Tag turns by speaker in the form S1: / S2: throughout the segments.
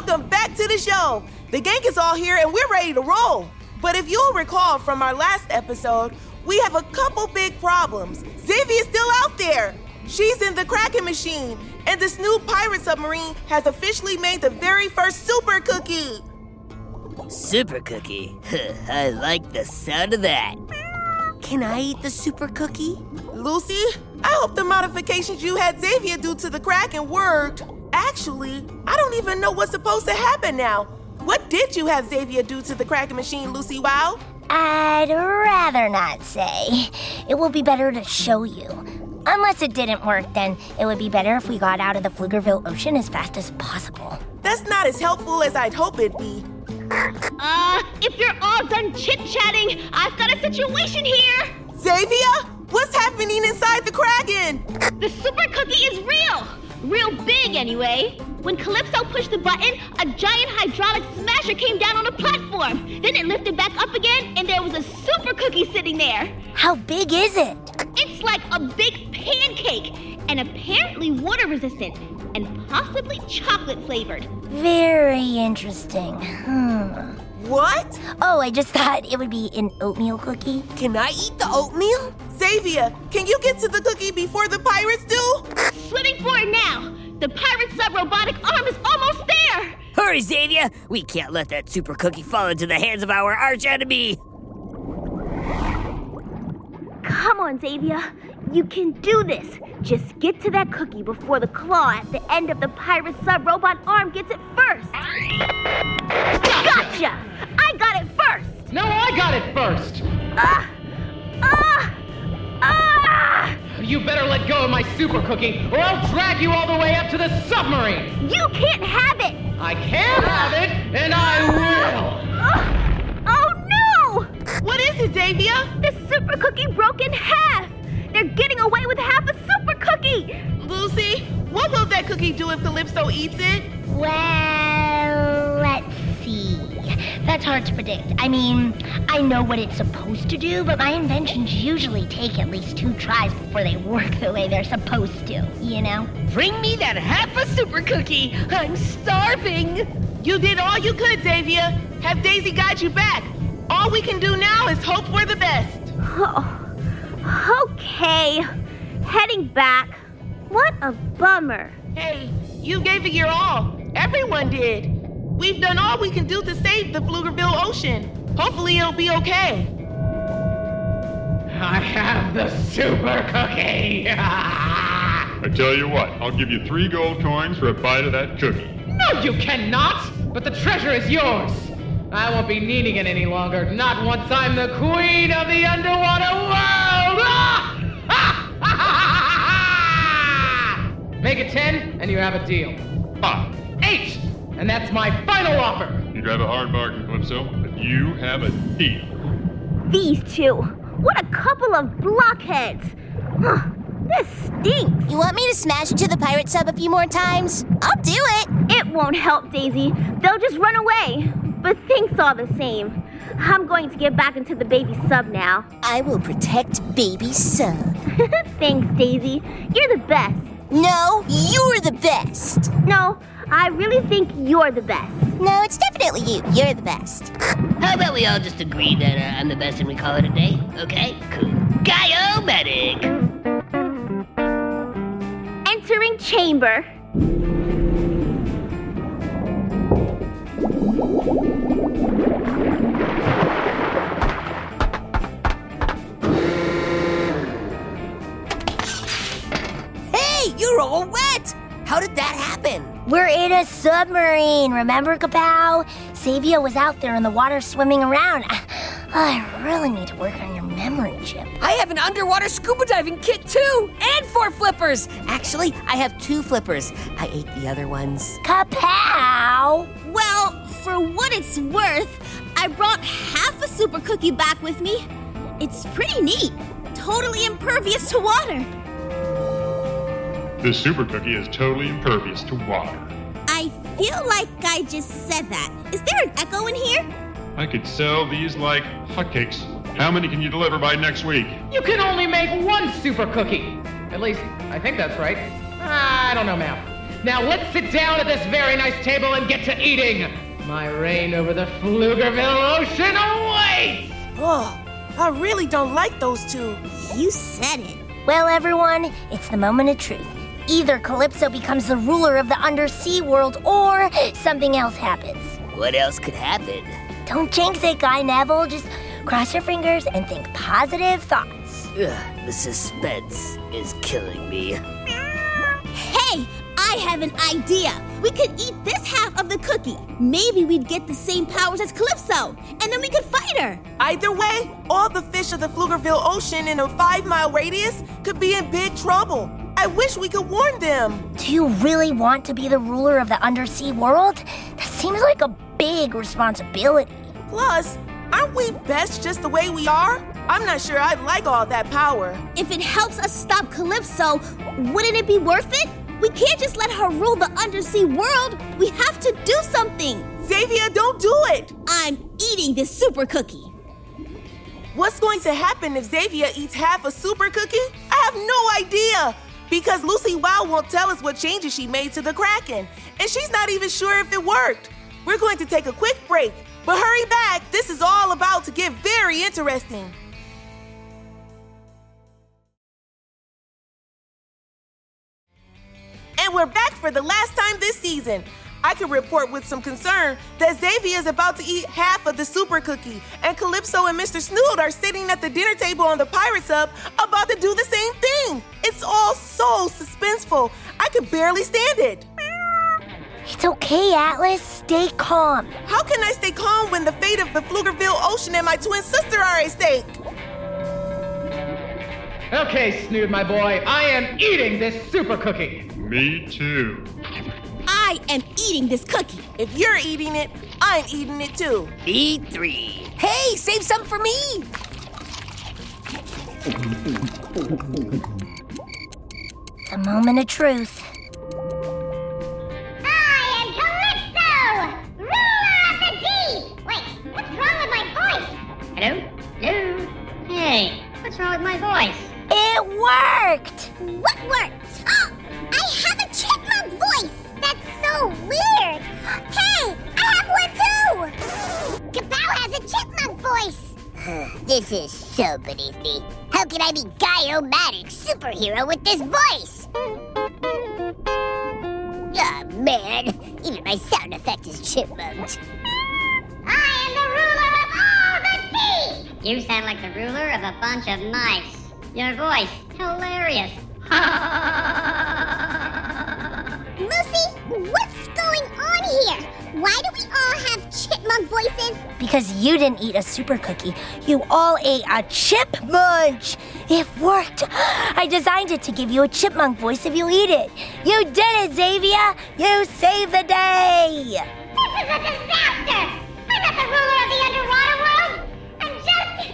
S1: to the show. The gang is all here and we're ready to roll. But if you'll recall from our last episode, we have a couple big problems. Zivy is still out there. She's in the Kraken machine, and this new pirate submarine has officially made the very first super cookie.
S2: Super cookie. I like the sound of that. Can I eat the super cookie?
S1: Lucy, I hope the modifications you had Xavier do to the Kraken worked. Actually, I don't even know what's supposed to happen now. What did you have Xavier do to the Kraken machine, Lucy Wow?
S3: I'd rather not say. It will be better to show you. Unless it didn't work, then it would be better if we got out of the Pflugerville Ocean as fast as possible.
S1: That's not as helpful as I'd hope it'd be.
S4: Uh, if you're all done chit chatting, I've got a situation here.
S1: Xavier, what's happening inside the Kraken?
S4: The super cookie is real. Real big, anyway. When Calypso pushed the button, a giant hydraulic smasher came down on the platform. Then it lifted back up again, and there was a super cookie sitting there.
S3: How big is it?
S4: It's like a big pancake, and apparently water resistant, and possibly chocolate flavored.
S3: Very interesting. Hmm.
S1: What?
S3: Oh, I just thought it would be an oatmeal cookie.
S2: Can I eat the oatmeal?
S1: Xavier, can you get to the cookie before the pirates do?
S4: Swimming for it now. The pirate sub robotic arm is almost there.
S2: Hurry, Xavier! We can't let that super cookie fall into the hands of our arch enemy!
S4: Come on, Xavier. You can do this. Just get to that cookie before the claw at the end of the pirate sub robot arm gets it first. Gotcha! I got it first!
S5: No, I got it first!
S4: Ah! Ah! Ah!
S5: You better let go of my super cookie, or I'll drag you all the way up to the submarine!
S4: You can't have it!
S5: I can have it, and I will!
S4: Ah! Oh no!
S1: What is it, Xavier?
S4: The super cookie broke in half! They're getting away with half a super cookie!
S1: Lucy, what will that cookie do if Calypso eats it?
S3: Well, let's see. That's hard to predict. I mean, I know what it's supposed to do, but my inventions usually take at least two tries before they work the way they're supposed to, you know?
S6: Bring me that half a super cookie. I'm starving.
S1: You did all you could, Xavier. Have Daisy guide you back. All we can do now is hope for the best.
S4: Oh. Okay. Heading back. What a bummer.
S1: Hey, you gave it your all. Everyone did. We've done all we can do to save the Pflugerville Ocean. Hopefully it'll be okay.
S5: I have the super cookie!
S7: I tell you what, I'll give you three gold coins for a bite of that cookie.
S5: no, you cannot! But the treasure is yours! I won't be needing it any longer, not once I'm the queen of the underwater world! Ah! Make it ten, and you have a deal.
S7: Ah,
S5: Eight! And that's my final offer!
S7: you have a hard bargain, Calypso, but you have a deal.
S4: These two. What a couple of blockheads. Huh, This stinks.
S8: You want me to smash into the pirate sub a few more times? I'll do it.
S4: It won't help, Daisy. They'll just run away. But thanks all the same. I'm going to get back into the baby sub now.
S8: I will protect baby sub.
S4: thanks, Daisy. You're the best.
S8: No, you're the best.
S4: No, I really think you're the best.
S8: No, it's definitely you. You're the best.
S6: How about we all just agree that uh, I'm the best and we call it a day? Okay, cool. Gaio medic!
S4: Entering chamber.
S2: Hey, you're all wet! How did that happen?
S3: We're in a submarine, remember, Kapow? Savia was out there in the water swimming around. I, I really need to work on your memory chip.
S2: I have an underwater scuba diving kit too, and four flippers! Actually, I have two flippers. I ate the other ones.
S3: Kapow!
S9: Well, for what it's worth, I brought half a super cookie back with me. It's pretty neat. Totally impervious to water.
S7: This super cookie is totally impervious to water.
S9: I feel like I just said that. Is there an echo in here?
S7: I could sell these like hotcakes. How many can you deliver by next week?
S5: You can only make one super cookie. At least, I think that's right. I don't know, ma'am. Now let's sit down at this very nice table and get to eating. My reign over the Pflugerville Ocean awaits!
S1: Oh, I really don't like those two.
S4: You said it.
S3: Well, everyone, it's the moment of truth. Either Calypso becomes the ruler of the undersea world or something else happens.
S2: What else could happen?
S3: Don't jinx it, Guy Neville. Just cross your fingers and think positive thoughts.
S2: Ugh, the suspense is killing me.
S4: Hey, I have an idea. We could eat this half of the cookie. Maybe we'd get the same powers as Calypso, and then we could fight her.
S1: Either way, all the fish of the Pflugerville Ocean in a five mile radius could be in big trouble. I wish we could warn them.
S3: Do you really want to be the ruler of the undersea world? That seems like a big responsibility.
S1: Plus, aren't we best just the way we are? I'm not sure I'd like all that power.
S4: If it helps us stop Calypso, wouldn't it be worth it? We can't just let her rule the undersea world. We have to do something.
S1: Xavier, don't do it!
S4: I'm eating this super cookie.
S1: What's going to happen if Xavier eats half a super cookie? I have no idea! Because Lucy Wow won't tell us what changes she made to the Kraken, and she's not even sure if it worked. We're going to take a quick break, but hurry back. This is all about to get very interesting. And we're back for the last time this season. I can report with some concern that Xavier is about to eat half of the super cookie, and Calypso and Mr. Snood are sitting at the dinner table on the Pirates Hub about to do the same thing. It's all so suspenseful. I can barely stand it.
S3: It's okay, Atlas. Stay calm.
S1: How can I stay calm when the fate of the Pflugerville Ocean and my twin sister are at stake?
S5: Okay, Snood, my boy, I am eating this super cookie.
S7: Me too.
S4: I am eating this cookie.
S1: If you're eating it, I'm eating it too.
S2: E B3.
S10: Hey, save some for me!
S3: The moment of truth.
S11: I am Calypso, ruler of the deep. Wait, what's wrong with my voice? Hello? Hello? Hey, what's wrong with my voice?
S3: It worked!
S4: What worked? Oh, I have a chipmunk voice. That's so weird. Hey, I have one too. Kabow has a chipmunk voice.
S12: This is so beneath me. How can I be Guy O'Matic, superhero, with this voice? Ah, man. Even my sound effect is chipmunked.
S11: I am the ruler of all the deep. You sound like the ruler of a bunch of mice. Your voice, hilarious.
S4: Lucy, what's going on here? Why do we all have chipmunk voices?
S3: Because you didn't eat a super cookie, you all ate a chip munch. It worked. I designed it to give you a chipmunk voice if you eat it. You did it, Xavier. You saved the day.
S11: This is a disaster. I'm not the ruler of the underwater world. I'm just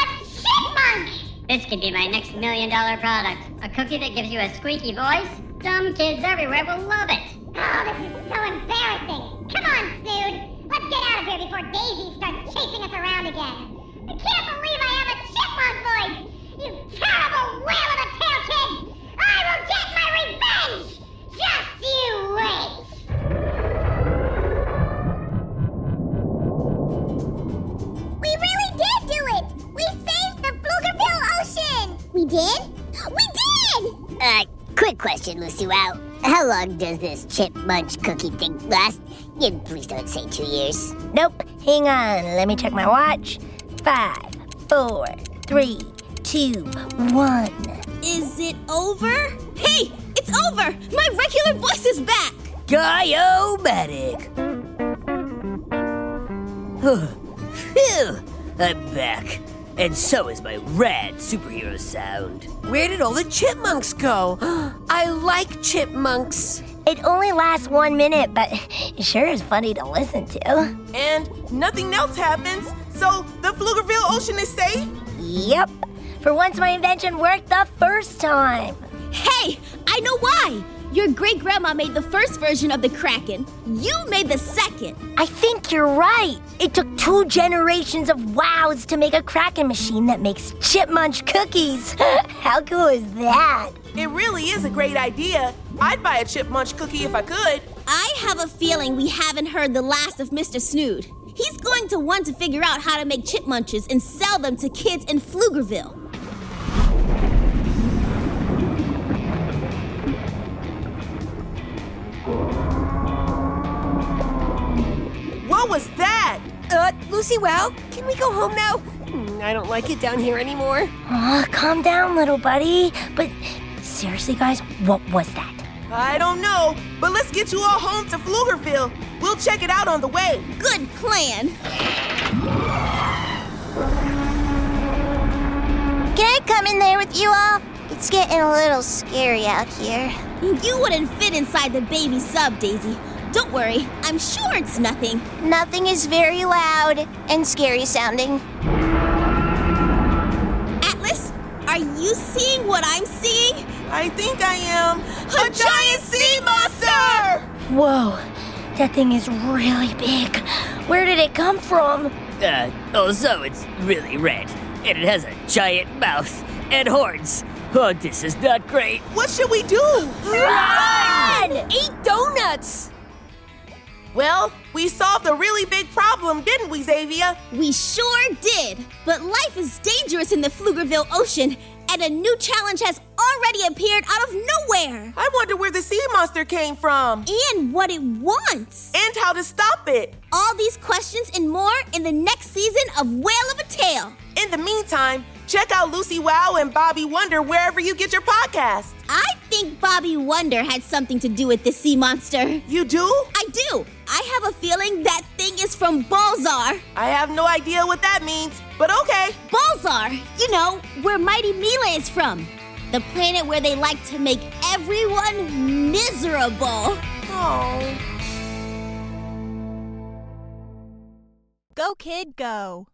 S11: a chipmunk. This could be my next million dollar product. A cookie that gives you a squeaky voice. Dumb kids everywhere will love it. Oh, this is so embarrassing. Come on, Snood. Let's get out of here before Daisy starts chasing us around again. I can't believe I have a chipmunk voice. You terrible whale of a tail kid. I will get my revenge. Just you wait.
S4: We really did do it. We saved the Pflugerville Ocean. We did? We did!
S12: Uh, quick question, Lucy Wow. How long does this chip munch cookie thing last? You please don't say two years.
S3: Nope. Hang on. Let me check my watch. Five, four, three, two, one.
S4: Is it over? Hey, it's over. My regular voice is back.
S2: Guy-O-Matic. Phew, I'm back. And so is my rad superhero sound.
S10: Where did all the chipmunks go? I like chipmunks.
S3: It only lasts one minute, but it sure is funny to listen to.
S1: And nothing else happens, so the Pflugerville Ocean is safe?
S3: Yep. For once, my invention worked the first time.
S4: Hey, I know why. Your great grandma made the first version of the Kraken. You made the second.
S3: I think you're right. It took two generations of wows to make a Kraken machine that makes chipmunch cookies. How cool is that?
S1: It really is a great idea. I'd buy a chipmunk cookie if I could.
S4: I have a feeling we haven't heard the last of Mr. Snood. He's going to want to figure out how to make chip munches and sell them to kids in Pflugerville.
S1: What was that?
S13: Uh, Lucy Wow, can we go home now? Hmm, I don't like it down here anymore.
S3: Aw, calm down, little buddy. But seriously, guys, what was that?
S1: I don't know, but let's get you all home to Pflugerville. We'll check it out on the way.
S4: Good plan.
S14: Can I come in there with you all? It's getting a little scary out here.
S4: You wouldn't fit inside the baby sub, Daisy. Don't worry, I'm sure it's nothing.
S14: Nothing is very loud and scary sounding.
S4: Atlas, are you seeing what I'm seeing?
S1: I think I am.
S4: A, giant, sea monster!
S3: Whoa, that thing is really big. Where did it come from?
S2: Uh, also, it's really red, and it has a giant mouth and horns. Oh, this is not great.
S1: What should we do?
S13: Run! Eat donuts!
S1: Well, we solved a really big problem, didn't we, Xavier?
S4: We sure did. But life is dangerous in the Pflugerville Ocean, and a new challenge has already appeared out of nowhere.
S1: I wonder where the sea monster came from
S4: And what it wants.
S1: and how to stop it.
S4: All these questions and more in the next season of Whale of a Tale.
S1: In the meantime, check out Lucy Wow and Bobby Wonder wherever you get your podcast.
S4: I think Bobby Wonder had something to do with this sea monster.
S1: You do?
S4: I do. I have a feeling that thing is from Balzar.
S1: I have no idea what that means, but okay.
S4: Balzar, you know, where Mighty Mila is from. The planet where they like to make everyone miserable.
S1: Oh.
S15: Go, kid, go.